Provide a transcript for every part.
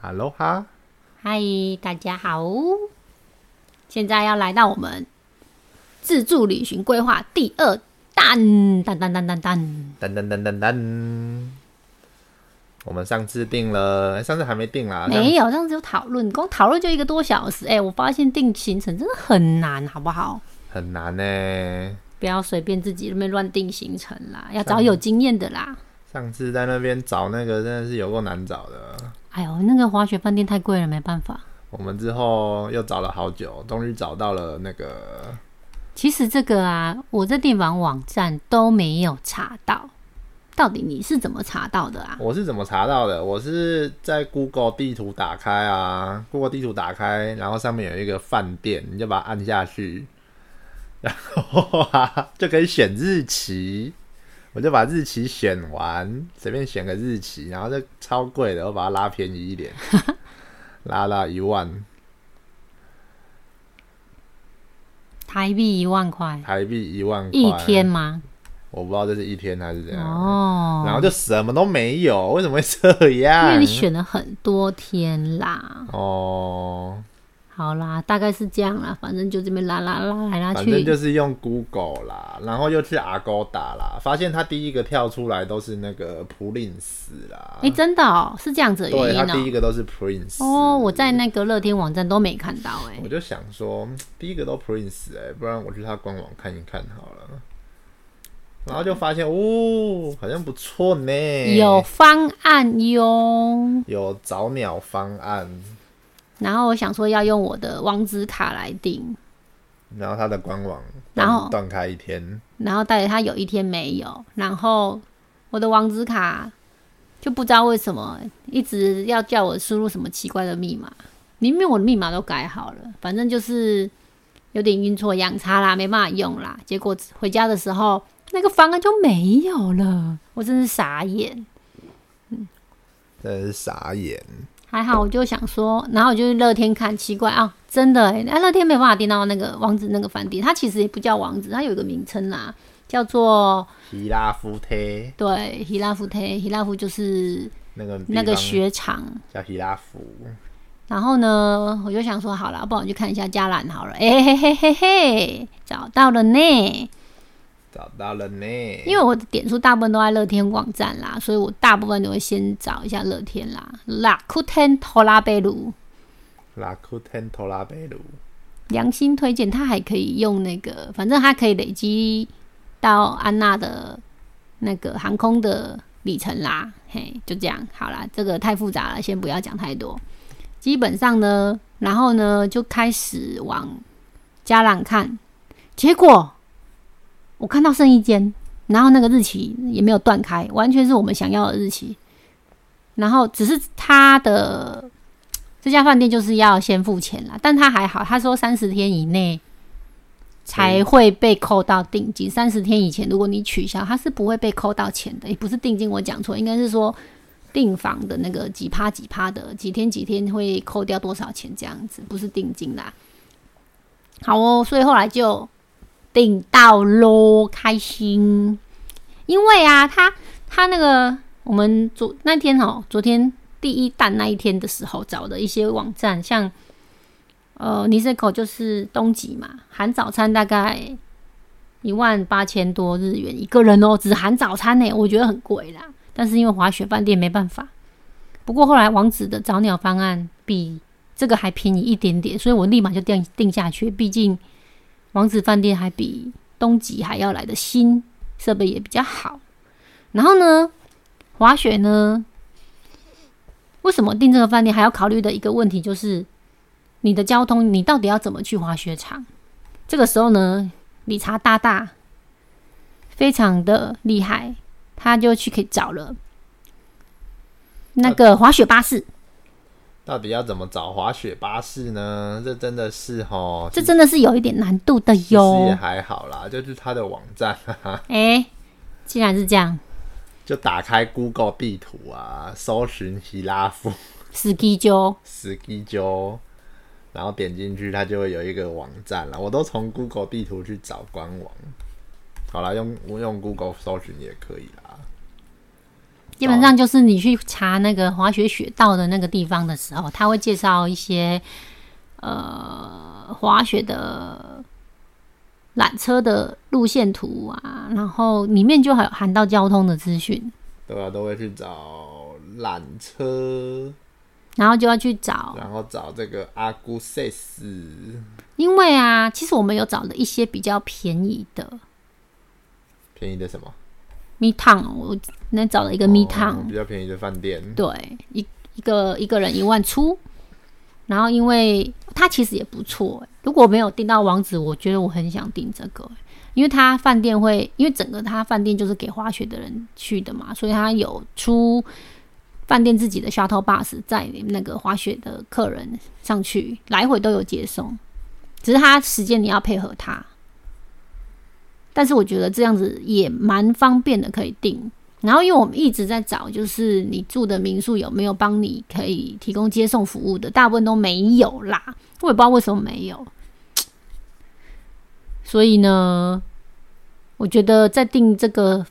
哈喽哈，嗨，大家好，现在要来到我们自助旅行规划第二弹，弹弹弹弹弹，噔噔噔噔噔。我们上次定了，哎上次还没定啦。上没有，上次有讨论，光讨论就一个多小时，哎、我发现定行程真的很难，好不好？很难呢、不要随便自己那边乱定行程啦，要找有经验的啦。上次在那边找那个真的是有够难找的。哎呦，那个滑雪饭店太贵了，没办法。我们之后又找了好久，终于找到了那个其实这个啊，我在订房网站都没有查到，到底你是怎么查到的啊？我是怎么查到的？我是在 Google 地图打开啊，Google 地图打开，然后上面有一个饭店，你就把它按下去，然后啊就可以选日期。我就把日期选完，随便选个日期，然后就超贵的，我把它拉便宜一点， 拉到一万台币一万块台币一万块一天，吗？我不知道这是一天还是怎样。哦，然后就什么都没有，为什么会这因样？为你选了很多天啦。哦，好啦，大概是这样啦，反正就这边拉拉拉来拉反啊去，正就是用 Google 啦，然后又去 Agoda 啦，发现它第一个跳出来都是那个 Prince 啦哎、，真的哦、是这样子的啊对，它原第一因个都是 Prince。哦、哦，我在那个乐天网站都没看到、哎我，就想说，嗯第一个都 Prince 哎、不然我去它官网看一看好了。然后就发现哦，好像不错呢，有方案哟。有早鸟方案，然后我想说要用我的网址卡来订，然后它的官网然后断断开一天，然后但是他有一天没有，然后我的网址卡就不知道为什么一直要叫我输入什么奇怪的密码，明明我的密码都改好了，反正就是有点阴错阳差啦，没办法用啦。结果回家的时候，那个方案就没有了，我真是傻眼。真的是傻眼。还好，我就想说，然后我就去乐天看，奇怪啊，真的哎、那乐天没办法订到那个王子那个饭店，它其实也不叫王子，它有一个名称啦，叫做希拉夫贴对，希拉夫特，希拉夫就是那个地那个方雪场。叫希拉夫，然后呢，我就想说，好了，不然我去看一下加兰好了。哎、嘿嘿嘿嘿，找到了呢。找到了呢。因为我的点数大部分都在乐天网站啦，所以我大部分都会先找一下乐天啦。拉库天托拉贝鲁，拉库天托拉贝鲁，良心推荐，它还可以用那个，反正它可以累积到安娜的那个航空的里程啦。嘿，就这样，好啦，这个太复杂了，先不要讲太多。基本上呢，然后呢就开始往加朗看，结果我看到剩一间，然后那个日期也没有断开，完全是我们想要的日期。然后只是它的这家饭店就是要先付钱啦，但他还好，他说三十天以内才会被扣到定金，三十天以前如果你取消，他是不会被扣到钱的，也不是定金，我讲错，应该是说订房的那个几趴几趴的，几天几天会扣掉多少钱这样子，不是定金啦。好哦，所以后来就订到喽，开心，因为啊，他他那个我们昨那天哦，昨天第一弹那一天的时候找的一些网站，像呃尼塞口就是东极嘛，含早餐大概一万八千多日元一个人哦，只含早餐呢，我觉得很贵啦。但是因为滑雪饭店没办法，不过后来王子的早鸟方案比这个还便宜一点点，所以我立马就定定下去，毕竟王子饭店还比东极还要来的新，设备也比较好。然后呢，滑雪呢，为什么订这个饭店还要考虑的一个问题就是，你的交通，你到底要怎么去滑雪场？这个时候呢，理查大大非常的厉害，他就去可以找了那个滑雪巴士。到底要怎么找滑雪巴士呢？这真的是吼，这真的是有一点难度的其实也哟。还好啦，就是它的网站、啊， 哎、既然是这样就打开 Google 地图啊，搜寻希拉夫 ，ski 就斯基鸠，然后点进去，它就会有一个网站了。我都从 Google 地图去找官网。好啦，用用 Google 搜寻也可以啦。基本上就是你去查那个滑雪雪道的那个地方的时候，他会介绍一些呃滑雪的缆车的路线图啊，然后里面就还有含到交通的资讯，对啊，都会去找缆车，然后就要去找，然后找这个阿古塞斯因为啊，其实我们有找了一些比较便宜的便宜的什么 me town，我哦那找了一个 me town，、哦比较便宜的饭店，对，一一个一个人一万出，然后因为它其实也不错、欸，如果没有订到网址，我觉得我很想订这个欸、因为它饭店会，因为整个它饭店就是给滑雪的人去的嘛，所以它有出饭店自己的 shuttle bus 载那个滑雪的客人上去，来回都有接送，只是它时间你要配合它。但是我觉得这样子也蛮方便的，可以订。然后，因为我们一直在找，就是你住的民宿有没有帮你可以提供接送服务的，大部分都没有啦。我也不知道为什么没有。所以呢，我觉得在订这个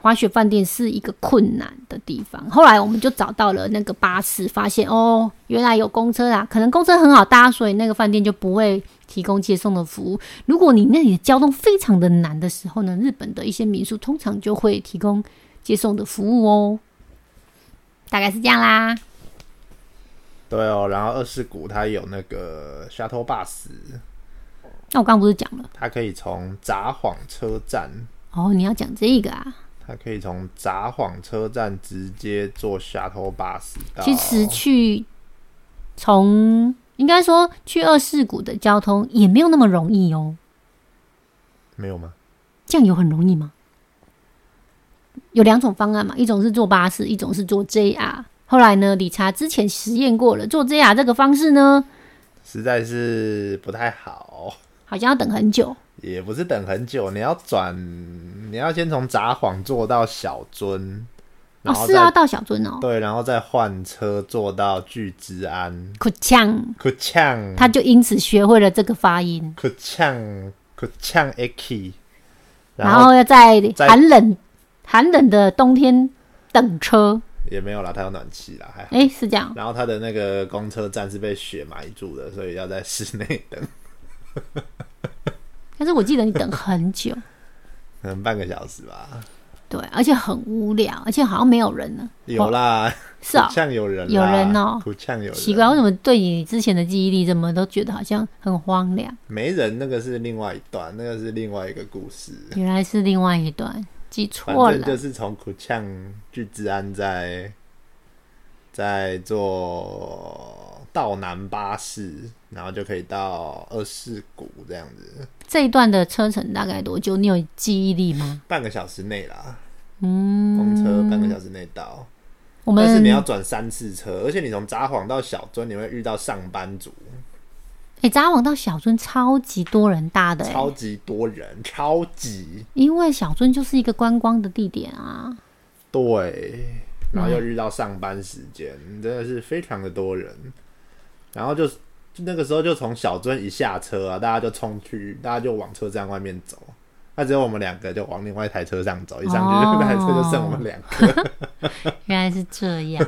滑雪饭店是一个困难的地方。后来我们就找到了那个巴士，发现哦，原来有公车啦，可能公车很好搭，所以那个饭店就不会提供接送的服务。如果你那里的交通非常的难的时候呢，日本的一些民宿通常就会提供接送的服务哦。大概是这样啦。对哦，然后二世谷它有那个 shuttle bus，那我刚刚不是讲了它可以从札幌车站，哦，你要讲这个啊？它可以从札幌车站直接坐 shuttle bus 到，其实去从应该说去二世谷的交通也没有那么容易哦。没有吗？酱油很容易吗？有两种方案嘛，一种是坐巴士，一种是坐 JR。后来呢，理查之前实验过了，坐 JR 这个方式呢，实在是不太好，好像要等很久。也不是等很久，你要转，你要先从札幌坐到小樽，哦然，后是再、啊，到小樽哦，对，然后再换车坐到巨之安，苦呛，可呛，他就因此学会了这个发音，可呛，可呛 Aki，然然后后要在在寒冷寒冷的冬天等车。也没有啦，它有暖气啦，还好。诶，是这样，然后它的那个公车站是被雪埋住的，所以要在室内等，但是我记得你等很久，可能半个小时吧。对，而且很无聊，而且好像没有人呢。有啦，是啊、苦呛有人啦，有人哦苦呛有人，奇怪，为什么对你之前的记忆力怎么都觉得好像很荒凉？没人那个是另外一段，那个是另外一个故事。原来是另外一段，记反错正了。就是从苦呛去治安在在坐道南巴士，然后就可以到二世谷这样子，这一段的车程大概多久？你有记忆力吗？半个小时内啦，嗯，公车半个小时内到。我但是们你要转三次车，而且你从札幌到小樽，你会遇到上班族，诶，札幌到小樽超级多人搭的、诶，超级多人，超级因为小樽就是一个观光的地点啊。对，然后又遇到上班时间，真的是非常的多人。然后就就那个时候就从小樽一下车啊，大家就冲去，大家就往车站外面走。那只有我们两个就往另外一台车上走，一上去哦就那台车就剩我们两个，原来是这样，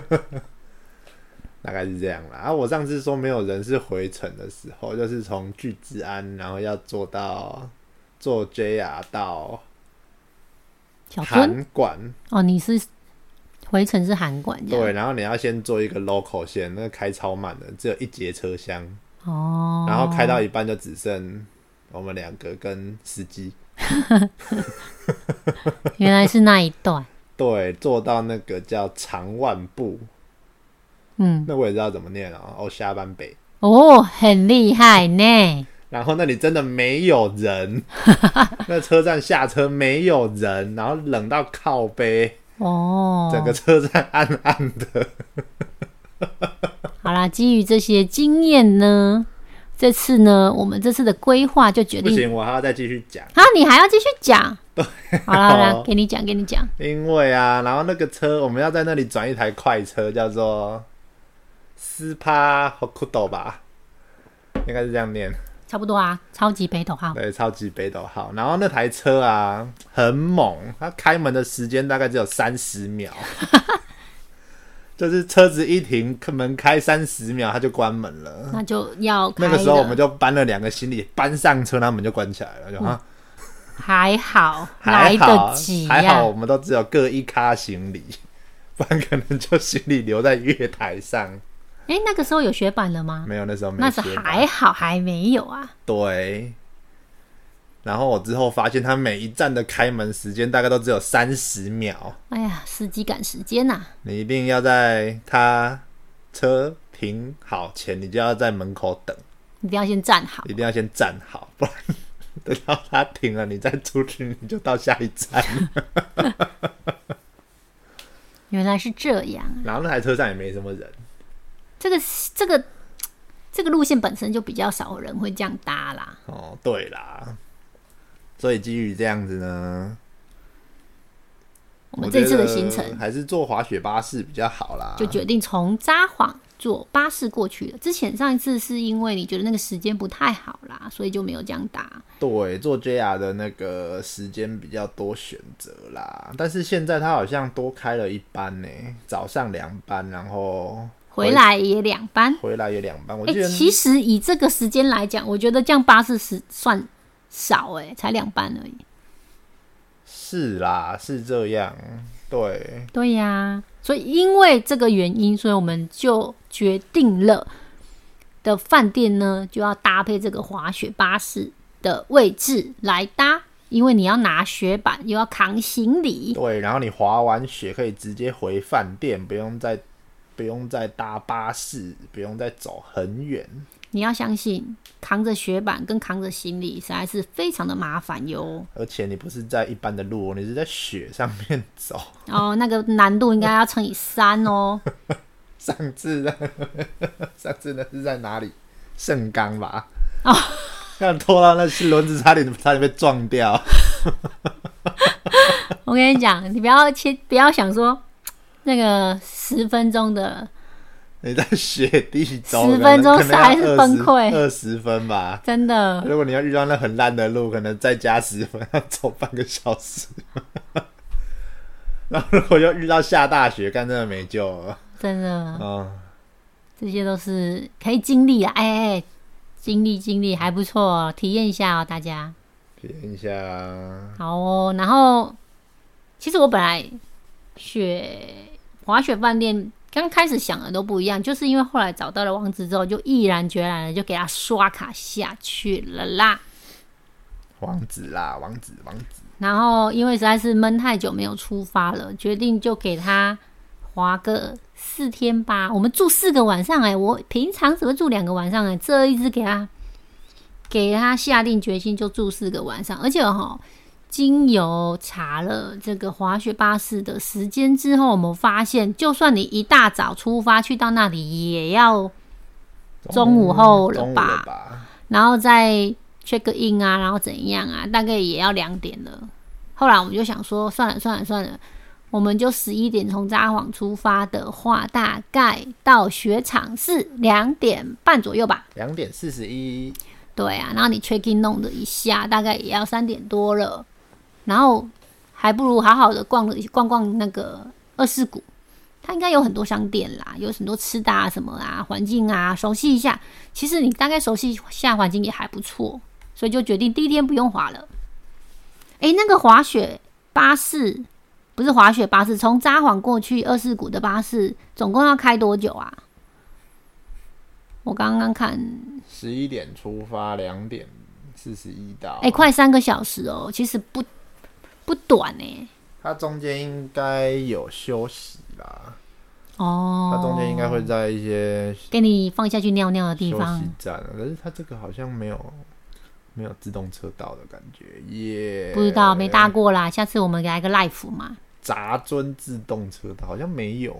大概是这样啦。啊，我上次说没有人是回程的时候，就是从巨治安，然后要坐到坐 JR 到小樽函馆，哦，你是回程是函馆这样对，然后你要先坐一个 local 线，那个开超慢的，只有一节车厢。哦，然后开到一半就只剩我们两个跟司机。原来是那一段，对，坐到那个叫长万步，嗯，那我也知道怎么念啊、哦，下班北。哦，很厉害呢。然后那里真的没有人，那车站下车没有人，然后冷到靠背，哦，整个车站暗暗的。好啦，基于这些经验呢，这次呢，我们这次的规划就决不定。行，我还要再继续讲，好，你还要继续讲？好啦，好啦哦，给你讲，给你讲。因为啊，然后那个车我们要在那里转一台快车，叫做斯帕 o 库斗吧，应该是这样念。差不多啊，超级北斗号。对，超级北斗号。然后那台车啊，很猛，它开门的时间大概只有三十秒，就是车子一停，门开三十秒，它就关门了。那就要开那个时候了我们就搬了两个行李，搬上车，然后门就关起来了，就啊，还好，还嗯来好得及啊还呀、好我们都只有各一咖行李，不然可能就行李留在月台上。哎、那个时候有雪板了吗？没有，那时候没那是学到还好，还没有啊。对。然后我之后发现，它每一站的开门时间大概都只有三十秒，哎呀，司机赶时间啊呐、你一定要在它车停好前，你就要在门口等，一定要先站好。一定要先站好，不然 等到它停了，你再出去，你就到下一站了。原来是这样啊，然后那台车上也没什么人，这个这个这个路线本身就比较少人会这样搭啦。哦，对啦。所以基于这样子呢，我们这次的行我觉得程还是坐滑雪巴士比较好啦。就决定从札幌坐巴士过去了。之前上一次是因为你觉得那个时间不太好啦，所以就没有这样搭。对，做 JR 的那个时间比较多选择啦，但是现在它好像多开了一班呢，早上两班，然后回来也两班，回来也两班。我哎、记得其实以这个时间来讲，我觉得这样巴士是算少哎、才两班而已。是啦，是这样。对，对呀、所以因为这个原因，所以我们就决定了的饭店呢，就要搭配这个滑雪巴士的位置来搭，因为你要拿雪板，又要扛行李，对，然后你滑完雪可以直接回饭店，不用再不用再搭巴士，不用再走很远。你要相信扛着雪板跟扛着行李实在是非常的麻烦哟。而且你不是在一般的路哦，你是在雪上面走。 哦，那个难度应该要乘以三哦。上次那 上次那是在哪里？盛冈吧。哦，让拖到那轮子差点差点被撞掉。我跟你讲，你不要切，不要想说那个十分钟的，你在雪地走， 10分钟可能可能要还是崩溃二十分吧。真 的如果你要遇到那很烂的路，可能再加十分，要走半个小时。 然后如果又遇到下大雪，干真的没救 了。真的，嗯，这些都是可以经历啊，哎、哎、哎经历经历还不错哦、体验一下哦，大家体验一下啊。好哦。然后，其实我本来雪滑雪饭店刚开始想的都不一样，就是因为后来找到了网址之后，就毅然决然的就给他刷卡下去了啦。王子啦，王子，王子。然后因为实在是闷太久没有出发了，决定就给他划个四天吧。我们住四个晚上哎、我平常只会住两个晚上哎、这一次给他给他下定决心就住四个晚上，而且哈、经由查了这个滑雪巴士的时间之后，我们发现，就算你一大早出发去到那里，也要中午后了中午吧了吧？然后再 check in 啊，然后怎样啊，大概也要两点了。后来我们就想说，算了算了算了，我们就十一点从札幌出发的话，大概到雪场是两点半左右吧。两点四十一，对啊，然后你 check in 弄了一下，大概也要三点多了，然后还不如好好的逛了一逛逛那个二世谷，它应该有很多商店啦，有很多吃的啊什么啊，环境啊，熟悉一下。其实你大概熟悉一下环境也还不错，所以就决定第一天不用滑了。诶，那个滑雪巴士不是滑雪巴士，从札幌过去二世谷的巴士总共要开多久啊？我刚刚看十一点出发，两点四十一到。哎、快三个小时哦，其实不不短哎、它中间应该有休息啦，它中间哦，应该会在一些给你放下去尿尿的地休息方，站啊，可是它这个好像没有没有自动车道的感觉耶。不知道没搭过啦。下次我们给他一个 life 嘛。杂尊自动车道好像没有，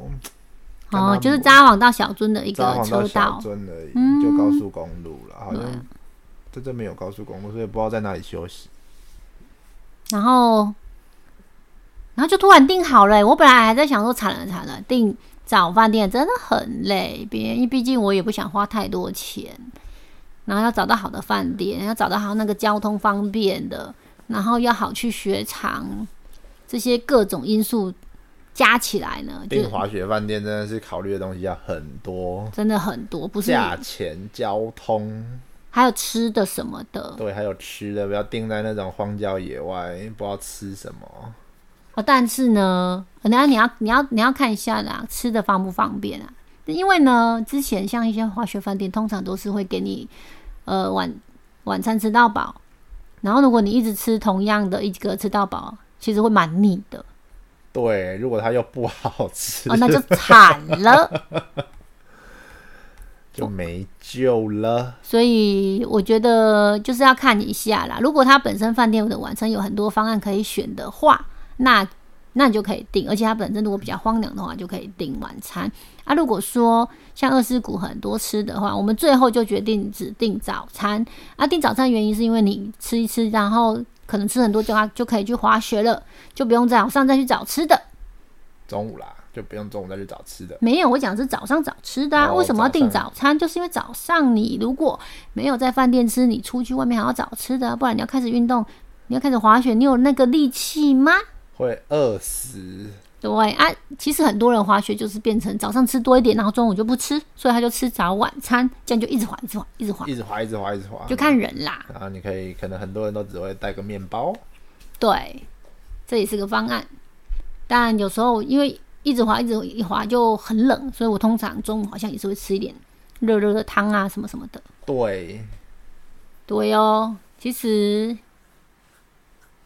干嘛哦，不就是札幌到小樽的一札个幌到车小道，樽而已，嗯就高速公路了，好对像在这没有高速公路，所以不知道在哪里休息。然后然后就突然订好了欸、我本来还在想说惨了惨了，订早饭店真的很累，别毕竟我也不想花太多钱。然后要找到好的饭店，要找到好那个交通方便的，然后要好去雪场，这些各种因素加起来呢，就订滑雪饭店真的是考虑的东西要很多，真的很多，不是价钱、交通，还有吃的什么的。对，还有吃的，不要订在那种荒郊野外，不知道吃什么。哦，但是呢，可能你要你要你要看一下啦，吃的方不方便啊？因为呢，之前像一些滑雪饭店，通常都是会给你呃晚晚餐吃到饱，然后如果你一直吃同样的一个吃到饱，其实会蛮腻的对，如果它又不好吃，哦，那就惨了。哦就没救了。所以我觉得就是要看一下啦。如果它本身饭店的晚餐有很多方案可以选的话，那那你就可以订，而且它本身如果比较荒凉的话，就可以订晚餐。啊，如果说像二师谷很多吃的话，我们最后就决定只订早餐。啊，订早餐原因是因为你吃一吃，然后可能吃很多就啊就可以去滑雪了，就不用早上再去找吃的。中午啦，就不用中午再去找吃的。没有，我讲的是早上早吃的啊。哦为什么要订早早餐？就是因为早上你如果没有在饭店吃，你出去外面还要找吃的啊、不然你要开始运动，你要开始滑雪，你有那个力气吗？会饿死。对啊，其实很多人滑雪就是变成早上吃多一点，然后中午就不吃，所以他就吃早晚餐，这样就一直滑，一直滑，一直滑，一直滑，一直滑，一直滑。就看人啦。然后你可以，可能很多人都只会带个面包，对，这也是个方案。但有时候因为一直滑，一直一滑就很冷，所以我通常中午好像也是会吃一点热热的汤啊，什么什么的。对，对哦，其实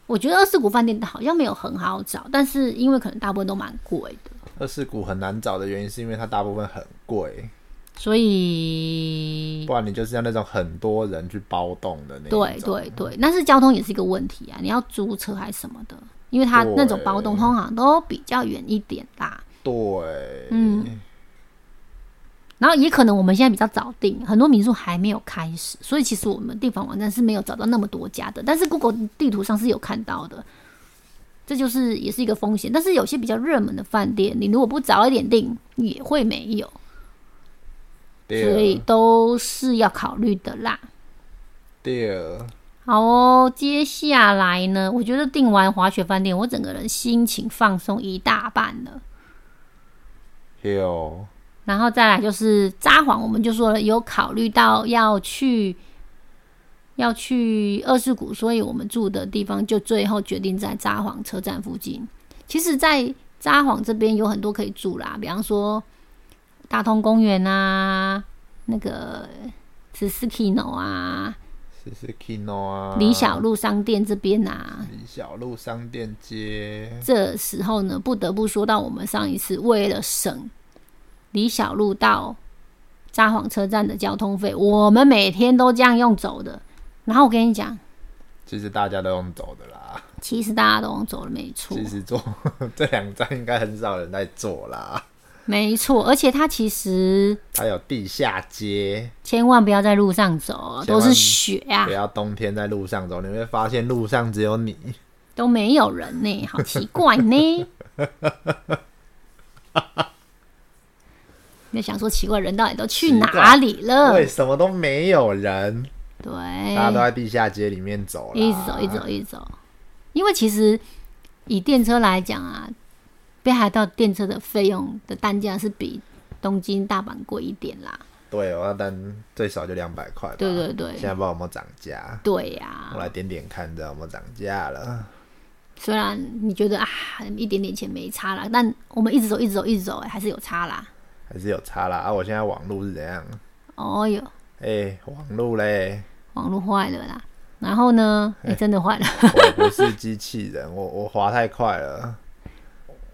我觉得二世谷饭店好像没有很好找，但是因为可能大部分都蛮贵的，二世谷很难找的原因是因为它大部分很贵，所以不然你就是要那种很多人去包栋的那一种对对对，但是交通也是一个问题啊，你要租车还是什么的，因为它那种包栋对通常都比较远一点啦。对，嗯，然后也可能我们现在比较早订，很多民宿还没有开始，所以其实我们地方网站是没有找到那么多家的，但是 Google 地图上是有看到的，这就是也是一个风险。但是有些比较热门的饭店，你如果不早一点订，也会没有，所对以啊都是要考虑的啦。对，好哦，接下来呢，我觉得订完滑雪饭店，我整个人心情放松一大半了。有然后再来就是札幌，我们就说了有考虑到要去要去二世谷，所以我们住的地方就最后决定在札幌车站附近。其实，在札幌这边有很多可以住啦，比方说大通公园啊，那个 Suskino 啊，是是 Kino 啊，李小璐商店这边啊，李小路商店街，这时候呢，不得不说到我们上一次为了省李小璐到札幌车站的交通费，我们每天都这样用走的。然后我跟你讲，其实大家都用走的啦，其实大家都用走了，没错其，实坐 这两站应该很少人在坐啦，没错。而且它其实还有地下街，千万不要在路上走，千都万是雪啊不，要冬天在路上走，你会发现路上只有你。都没有人呢、好奇 怪呢。你就想说奇怪，人到底都去奇怪哪里了？为什么都没有人？对，大家都在地下街里面走啦，哎一直走，一直走，一直走。因为其实以电车来讲啊，北海道电车的费用的单价是比东京、大阪贵一点啦。对，我要单最少就两百块吧。对对对啊现在不知道有没有涨价，对我呀、来点点看，知道有没有涨价了。虽然你觉得啊一点点钱没差啦，但我们一直走，一直走，一直走、哎还是有差啦。还是有差啦啊！我现在网路是怎样？哦哟，哎、网路 嘞，网络坏了啦。然后呢，哎、真的坏了。我不是机器人，我我滑太快了。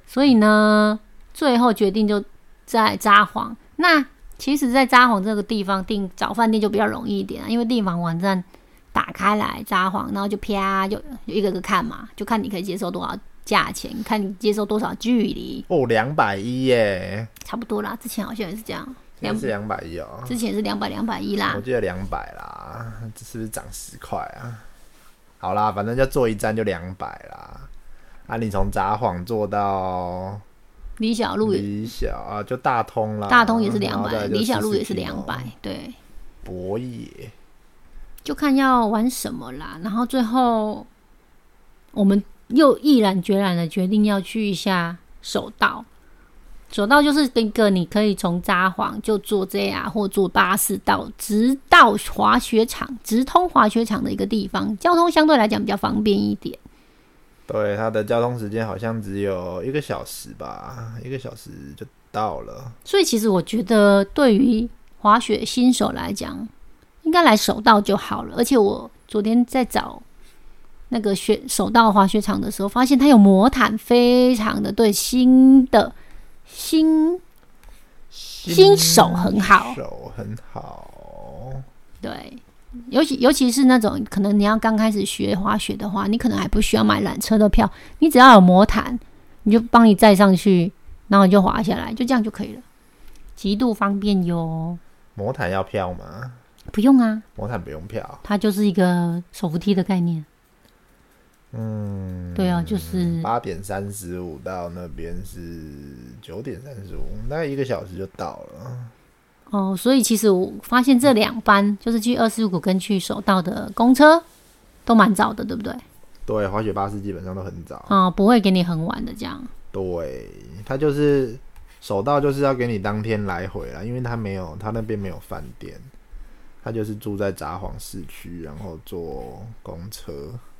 所以呢，最后决定就在札幌。那其实，在札幌这个地方订找饭店就比较容易一点啊，因为订房网站打开来札幌，然后就啪就就一个个看嘛，就看你可以接受多少价钱，看你接受多少距离，哦，两百一耶，差不多啦。之前好像也是这样，现在是两百一哦，之前是两百两百一啦我。记得两百啦，这是不是涨十块啊？好啦，反正就坐一站就两百啦。啊，你从札幌坐到李小璐也李小啊，就大通啦，大通也是然两后再百，来就李小璐也是40两百，对。哦博野就看要玩什么啦。然后最后我们又毅然决然的决定要去一下手道。手道就是一个你可以从札幌就坐 JR 或坐巴士到直到滑雪场，直通滑雪场的一个地方，交通相对来讲比较方便一点。对，它的交通时间好像只有一个小时吧，一个小时就到了。所以其实我觉得，对于滑雪新手来讲，应该来手道就好了。而且我昨天在找那个雪手道滑雪场的时候，发现它有魔毯，非常的对新的新新手很好手很好。对，尤其尤其是那种可能你要刚开始学滑雪的话，你可能还不需要买缆车的票，你只要有魔毯，你就帮你载上去，然后你就滑下来，就这样就可以了，极度方便哟。魔毯要票吗？不用啊，魔毯不用票。它就是一个手扶梯的概念。嗯，对啊，就是八点三十五到那边是九点三十五，大概一个小时就到了。哦，所以其实我发现这两班就是去二四五跟去首道的公车都蛮早的，对不对？对，滑雪巴士基本上都很早。啊、不会给你很晚的这样。对，它就是首道就是要给你当天来回啦，因为它没有，它那边没有饭店，它就是住在札幌市区，然后坐公车。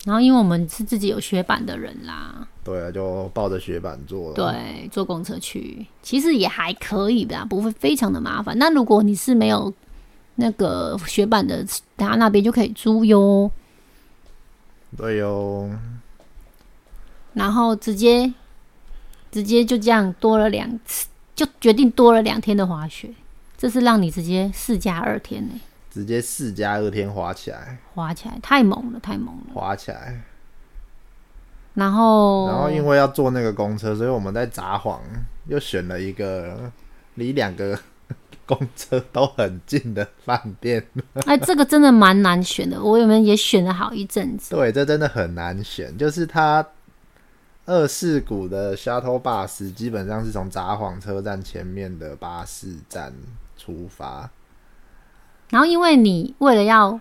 然后因为我们是自己有雪板的人啦，对啊，就抱着雪板坐了。对，坐公车去其实也还可以吧，不会非常的麻烦。那如果你是没有那个雪板的，他那边就可以租哟，对哦哟，然后直接直接就这样多了两次，就决定多了两天的滑雪，这是让你直接四加二天呢、直接四加二天滑起来，滑起来太猛了，太猛了。滑起来。然后，然后因为要坐那个公车，所以我们在札幌又选了一个离两个 公车都很近的饭店。哎，这个真的蛮难选的，我们也选了好一阵子。对，这真的很难选，就是它二世谷的 shuttle bus 基本上是从札幌车站前面的巴士站出发。然后，因为你为了要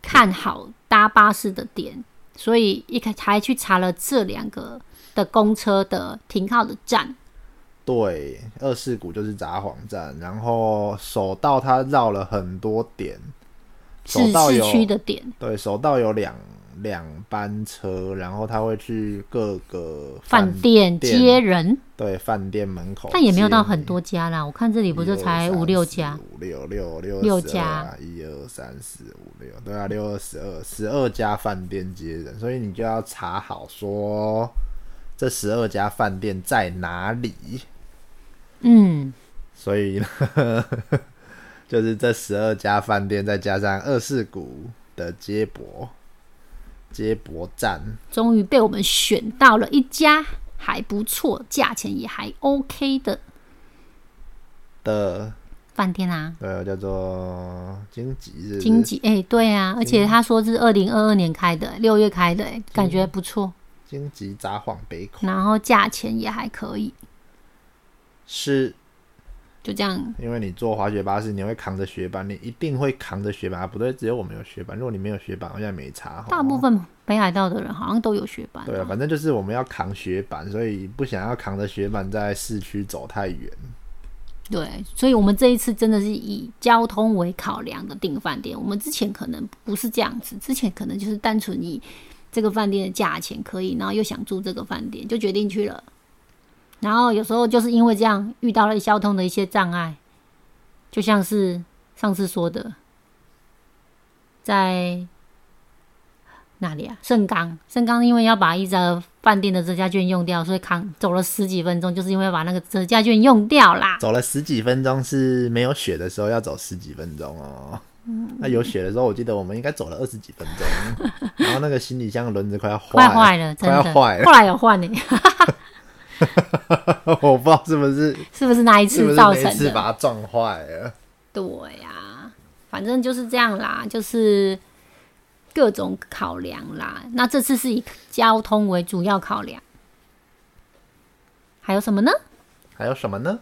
看好搭巴士的点，所以一开还去查了这两个的公车的停靠的站。对，二世谷就是札幌站，然后首道它绕了很多点，是首道市有区的点对，首道有两两班车，然后他会去各个饭店店接人，对饭店门口接你，但也没有到很多家啦。我看这里不就才五六家，五六六六六十二啊家，一二三四五六，对啊，六二十二，十二家饭店接人，所以你就要查好说这十二家饭店在哪里，嗯，所以呢 就是这十二家饭店再加上二世谷的接驳接驳站，终于被我们选到了一家还不错，价钱也还 OK 的的，饭店啊。呃，叫做荆棘是不是经济哎、对啊，而且他说是二零二二年开的，嗯六月开的、哎感觉不错，荆棘札幌北口然后价钱也还可以，是就这样。因为你坐滑雪巴士，你会扛着雪板，你一定会扛着雪板啊！不对，只有我们有雪板。如果你没有雪板，好像没差。大部分分北海道的人好像都有雪板、对啊，反正就是我们要扛雪板，所以不想要扛着雪板在市区走太远。对，所以我们这一次真的是以交通为考量的订饭店。我们之前可能不是这样子，之前可能就是单纯以这个饭店的价钱可以，然后又想住这个饭店，就决定去了。然后有时候就是因为这样遇到了交通的一些障碍，就像是上次说的，在哪里啊？盛冈，盛冈因为要把一家饭店的折价券用掉，所以扛走了十几分钟，就是因为要把那个折价券用掉啦。走了十几分钟是没有雪的时候要走十几分钟哦。嗯那有雪的时候，我记得我们应该走了二十几分 钟，然后那个行李箱的轮子快要快坏坏了，真快要的。坏了。后来有换呢、 我不知道是不是是不是那一是不次是造那成一次的？把它撞坏了。对呀、反正就是这样啦，就是各种考量啦。那这次是以交通为主要考量，还有什么呢？还有什么呢？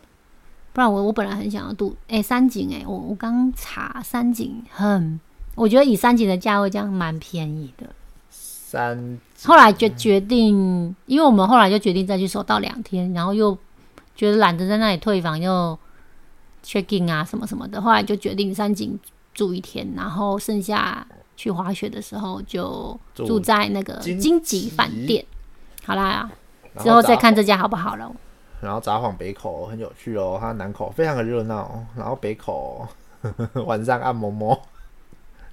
不然我我本来很想要读哎、三井哎、我我刚查三井很，我觉得以三级的价位这样蛮便宜的。三后来就决定，因为我们后来就决定再去守到两天，然后又觉得懒得在那里退房又 check in 啊什么什么的，后来就决定三井住一天，然后剩下去滑雪的时候就住住在那个金金吉吉饭店。好啦，然之后札再看幌这家好不好了。然后札幌北口很有趣哦，它南口非常的热闹，然后北口 晚上按摩摩，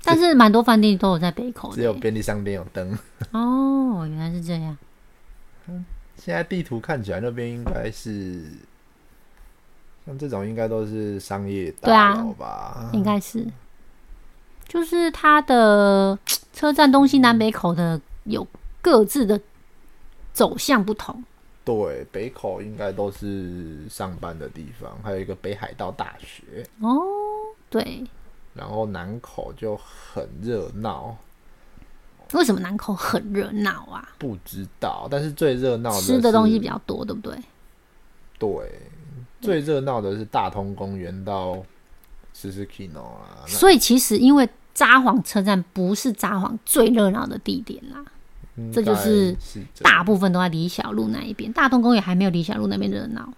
但是蛮多饭店都有在北口只有的便利商店有灯。哦，原来是这样。现在地图看起来那边应该是，像这种应该都是商业对啊大楼吧？应该是，就是它的车站东西南北口的有各自的走向不同。对，北口应该都是上班的地方，还有一个北海道大学，哦对，然后南口就很热闹，为什么南口很热闹啊？不知道，但是最热闹吃的东哦西是啊比较多，对不对？对，最热闹的是大通公园到十四 Kino 啊，那所以其实因为札幌车站不是札幌最热闹的地点啦，应这就是该是这大部分都在李小璐那一边，大同公园还没有李小璐那边热闹。嗯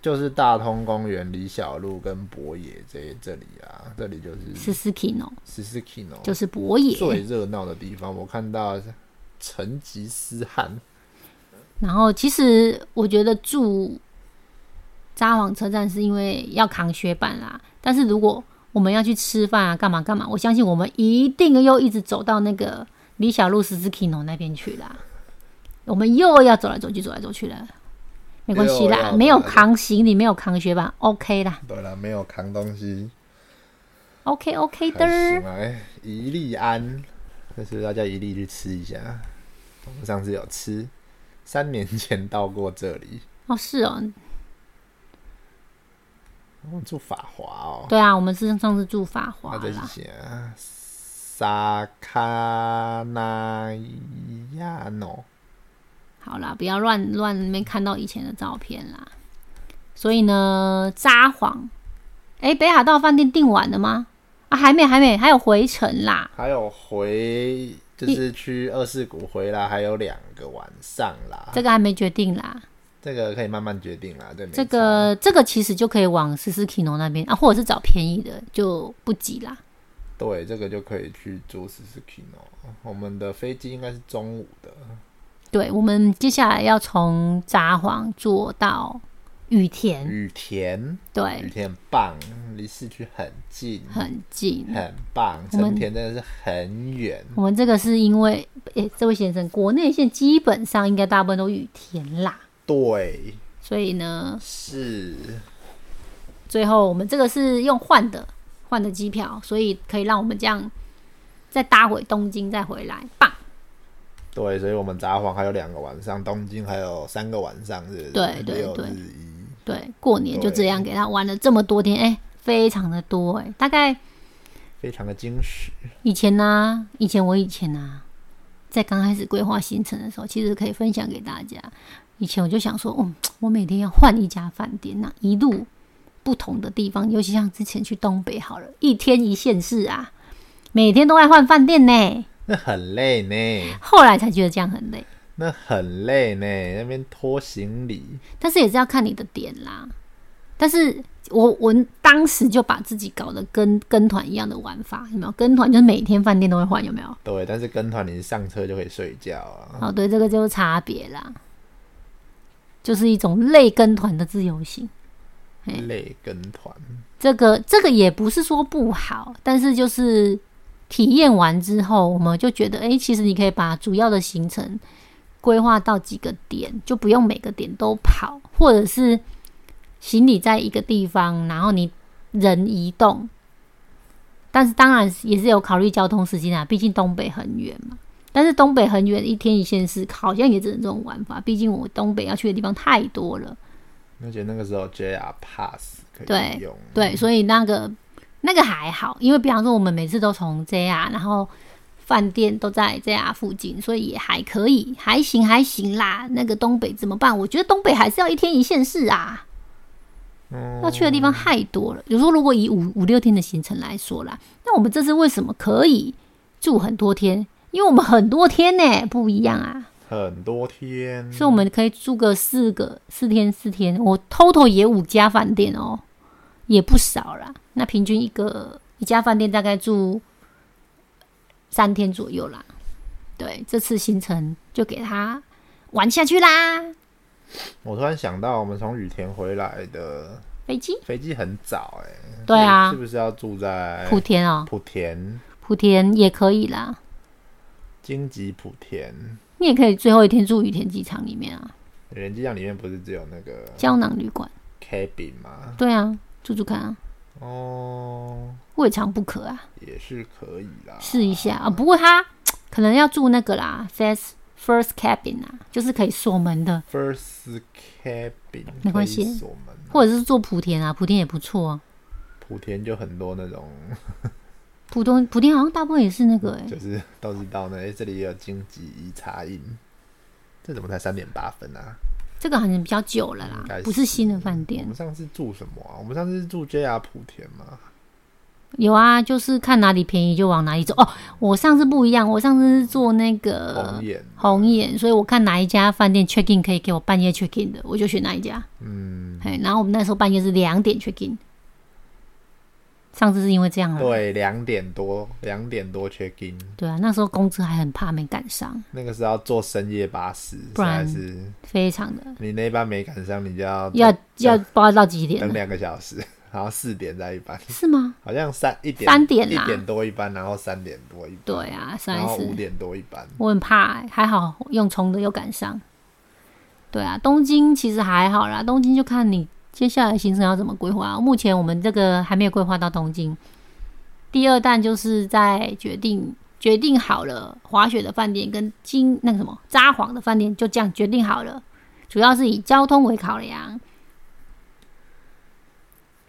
就是大通公园、李小璐跟博野这这里啊，这里就是是 s k i n o 十四 Kino 就是博野，哦最热闹的地方。我看到成吉思汗，然后其实我觉得住札幌车站是因为要扛雪板啦，但是如果我们要去吃饭啊，干嘛干嘛，我相信我们一定又一直走到那个李小璐十字 Kino 那边去啦。我们又要走来走去，走来走去了，没关系又要啦，走没有来走扛行李，没有扛雪板，OK 啦对了，没有扛东西， ，OK OK 还的行。啊。哎一粒安，这是大家一粒去吃一下。我们上次有吃，三年前到过这里，哦，是哦，我们住法华哦。对啊，我们是上次住法华啊，这是啦，写啊，萨卡纳亚诺，好啦，不要乱乱没看到以前的照片啦。所以呢，札幌，哎、北海道饭店订完了吗？啊，还没，还没，还有回程啦。还有回就是去二世谷回来，还有两个晚上啦。这个还没决定啦，这个可以慢慢决定啦，对，没这差个这个其实就可以往十四 Kino 那边啊，或者是找便宜的，就不急啦。对这个就可以去住十四 kino。我们的飞机应该是中午的，对，我们接下来要从札幌坐到羽田，羽田，羽对，田很棒，离市区很近，很近。很棒，我们成田真的是很远。我们这个是因为，哎、这位先生，国内线基本上应该大部分都羽田啦，对，所以呢，是最后我们这个是用换的换的机票，所以可以让我们这样再搭回东京再回来，棒！对，所以我们札幌还有两个晚上，东京还有三个晚上，是不是？对对六对日一，对，过年就这样给他玩了这么多天，哎、非常的多哎、大概非常的精实。以前呢、以前我以前呢、在刚开始规划行程的时候，其实可以分享给大家。以前我就想说，嗯，我每天要换一家饭店，那一路不同的地方，尤其像之前去东北好了，一天一县市啊，每天都爱换饭店呢。那很累呢，后来才觉得这样很累，那很累呢，那边拖行李，但是也是要看你的点啦。但是我我当时就把自己搞得跟跟团一样的玩法，有没有？跟团就是每天饭店都会换，有没有？对。但是跟团你上车就可以睡觉啊，哦，对，这个就是差别啦，就是一种类跟团的自由行。嗯累跟团。这个这个也不是说不好，但是就是体验完之后，我们就觉得，哎、其实你可以把主要的行程规划到几个点，就不用每个点都跑，或者是行李在一个地方，然后你人移动。但是当然也是有考虑交通时间啊，毕竟东北很远嘛。但是东北很远，一天一县市，好像也只能这种玩法。毕竟我东北要去的地方太多了。而且那个时候 JR Pass 可对以用，对，所以那个那个还好，因为比方说我们每次都从 JR，然后饭店都在 JR 附近，所以也还可以，还行还行啦。那个东北怎么办？我觉得东北还是要一天一县市啊，嗯，要去的地方太多了。有时候如果以五五六天的行程来说啦，那我们这次为什么可以住很多天？因为我们很多天呢，不一样啊，很多天，所以我们可以住个四个四天四天。我 total 也五家饭店哦，也不少啦。那平均一个一家饭店大概住三天左右啦。对，这次行程就给他玩下去啦。我突然想到，我们从羽田回来的飞机，飞机很早哎、欸，对啊是不是要住在莆田哦，莆田、莆田也可以啦。荆棘莆田？你也可以最后一天住羽田机场里面啊，人机场里面不是只有那个胶囊旅馆。 cabin 吗？对啊，住住看啊，哦，未尝不可啊，也是可以啦。试一下啊。不过他可能要住那个啦，first first cabin 啊，就是可以锁门的， First cabin 没关系可以锁门啊或者是住莆田啊，莆田也不错啊。莆田就很多那种，浦东莆田好像大部分也是那个、欸，就是都知道呢。哎、这里也有荆棘茶饮，这怎么才三点八分啊？这个好像比较久了应该啦是，不是新的饭我店们。上次住什么啊？我们上次住 JR 莆田嘛，有啊，就是看哪里便宜就往哪里走。哦，我上次不一样，我上次是做那个红眼。红眼，所以我看哪一家饭店 check in 可以给我半夜 check in 的，我就选哪一家。嗯，哎，然后我们那时候半夜是两点 check in。上次是因为这样啊，对，两点多，两点多 check in，对啊，那时候公司还很怕没赶上，那个是要坐深夜巴士，实不然在是非常的你那一班没赶上，你就要要这要不知道到几点等了，两个小时， 然后四点再一班，是吗？好像三一点三点一啦点多一班，然后三点多一班，对啊，实然在后五是点多一班，我很怕欸、还好用冲的又赶上。对啊，东京其实还好啦，东京就看你接下来行程要怎么规划。目前我们这个还没有规划到东京，第二弹就是在决定决定好了滑雪的饭店跟金那个什么札幌的饭店，就这样决定好了。主要是以交通为考量，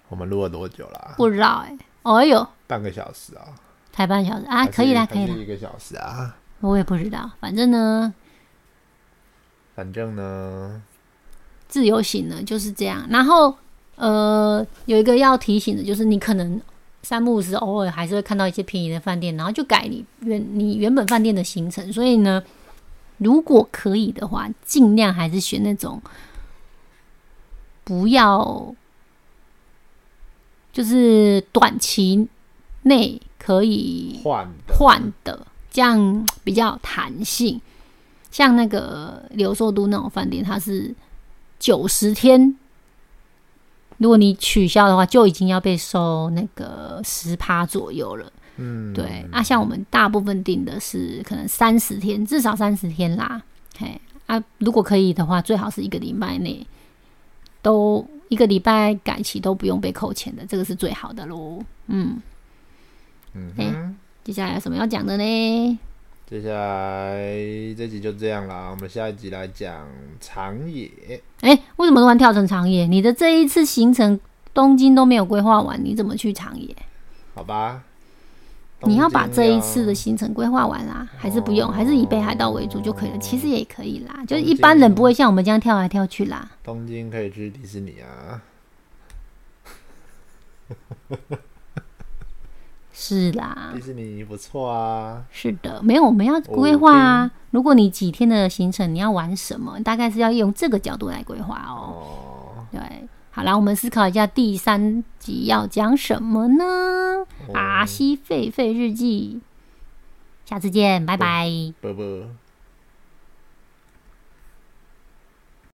我们录了多久啦？不知道哎、哎呦，半个小时啊？才半小时啊，还是可以还啦，可以是啦，一个小时啊。我也不知道，反正呢，反正呢，自由行呢就是这样。然后呃，有一个要提醒的就是，你可能三不五时偶尔还是会看到一些便宜的饭店，然后就改你原你原本饭店的行程。所以呢，如果可以的话，尽量还是选那种不要就是短期内可以换的换的，这样比较弹性。像那个留寿都那种饭店，它是九十天，如果你取消的话，就已经要被收那个十趴左右了。嗯，对，啊，像我们大部分定的是可能三十天，至少三十天啦。嘿，啊，如果可以的话，最好是一个礼拜内都一个礼拜改期都不用被扣钱的，这个是最好的喽。嗯，嗯哎哼。接下来有什么要讲的呢？接下来这集就这样啦，我们下一集来讲长野。哎、为什么突然跳成长野？你的这一次行程东京都没有规划完，你怎么去长野？好吧？你要东京啊把这一次的行程规划完啦、啊还是不用？哦还是以北海道为主就可以了？其实也可以啦，就是一般人不会像我们这样跳来跳去啦。东京可以去迪士尼啊，是啦迪，士尼不错啊。是的，没有我们要规划啊。如果你几天的行程你要玩什么，大概是要用这个角度来规划哦。哦，对，好啦，我们思考一下第三集要讲什么呢？哦啊阿西狒狒日记，下次见，拜拜。啵啵。